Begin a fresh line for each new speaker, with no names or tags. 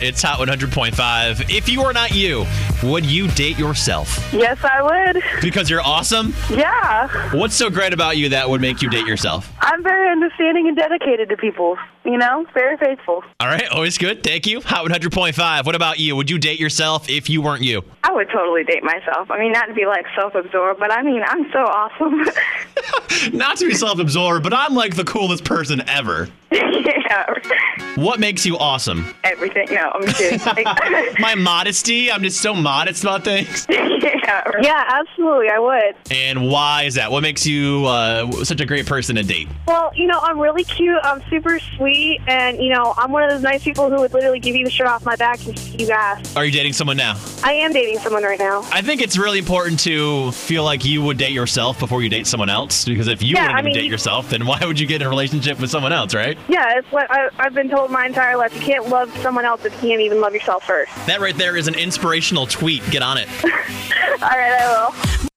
It's Hot 100.5. If you are not you, would you date yourself?
Yes, I would.
Because you're awesome?
Yeah.
What's so great about you that would make you date yourself?
I'm very understanding and dedicated to people, you know, very faithful.
All right, always good. Thank you. Hot 100.5. What about you? Would you date yourself if you weren't you?
I would totally date myself. I mean, not to be like self absorbed, but I mean, I'm so awesome.
Not to be self absorbed, but I'm like the coolest person ever.
yeah.
What makes you awesome?
Everything. No, I'm kidding.
My modesty? I'm just so modest about things.
yeah. yeah, absolutely. I would.
And why is that? What makes you uh, such a great person to date?
Well, you know, I'm really cute. I'm super sweet, and you know, I'm one of those nice people who would literally give you the shirt off my back and kick you ass.
Are you dating someone now?
I am dating someone right now.
I think it's really important to feel like you would date yourself before you date someone else. Because if you
Yeah,
wouldn't
I
even
mean-
date yourself, then why would you get in a relationship with someone else, right?
Yeah, it's what I, I've been told my entire life. You can't love someone else if you can't even love yourself first.
That right there is an inspirational tweet. Get on it.
All right, I will.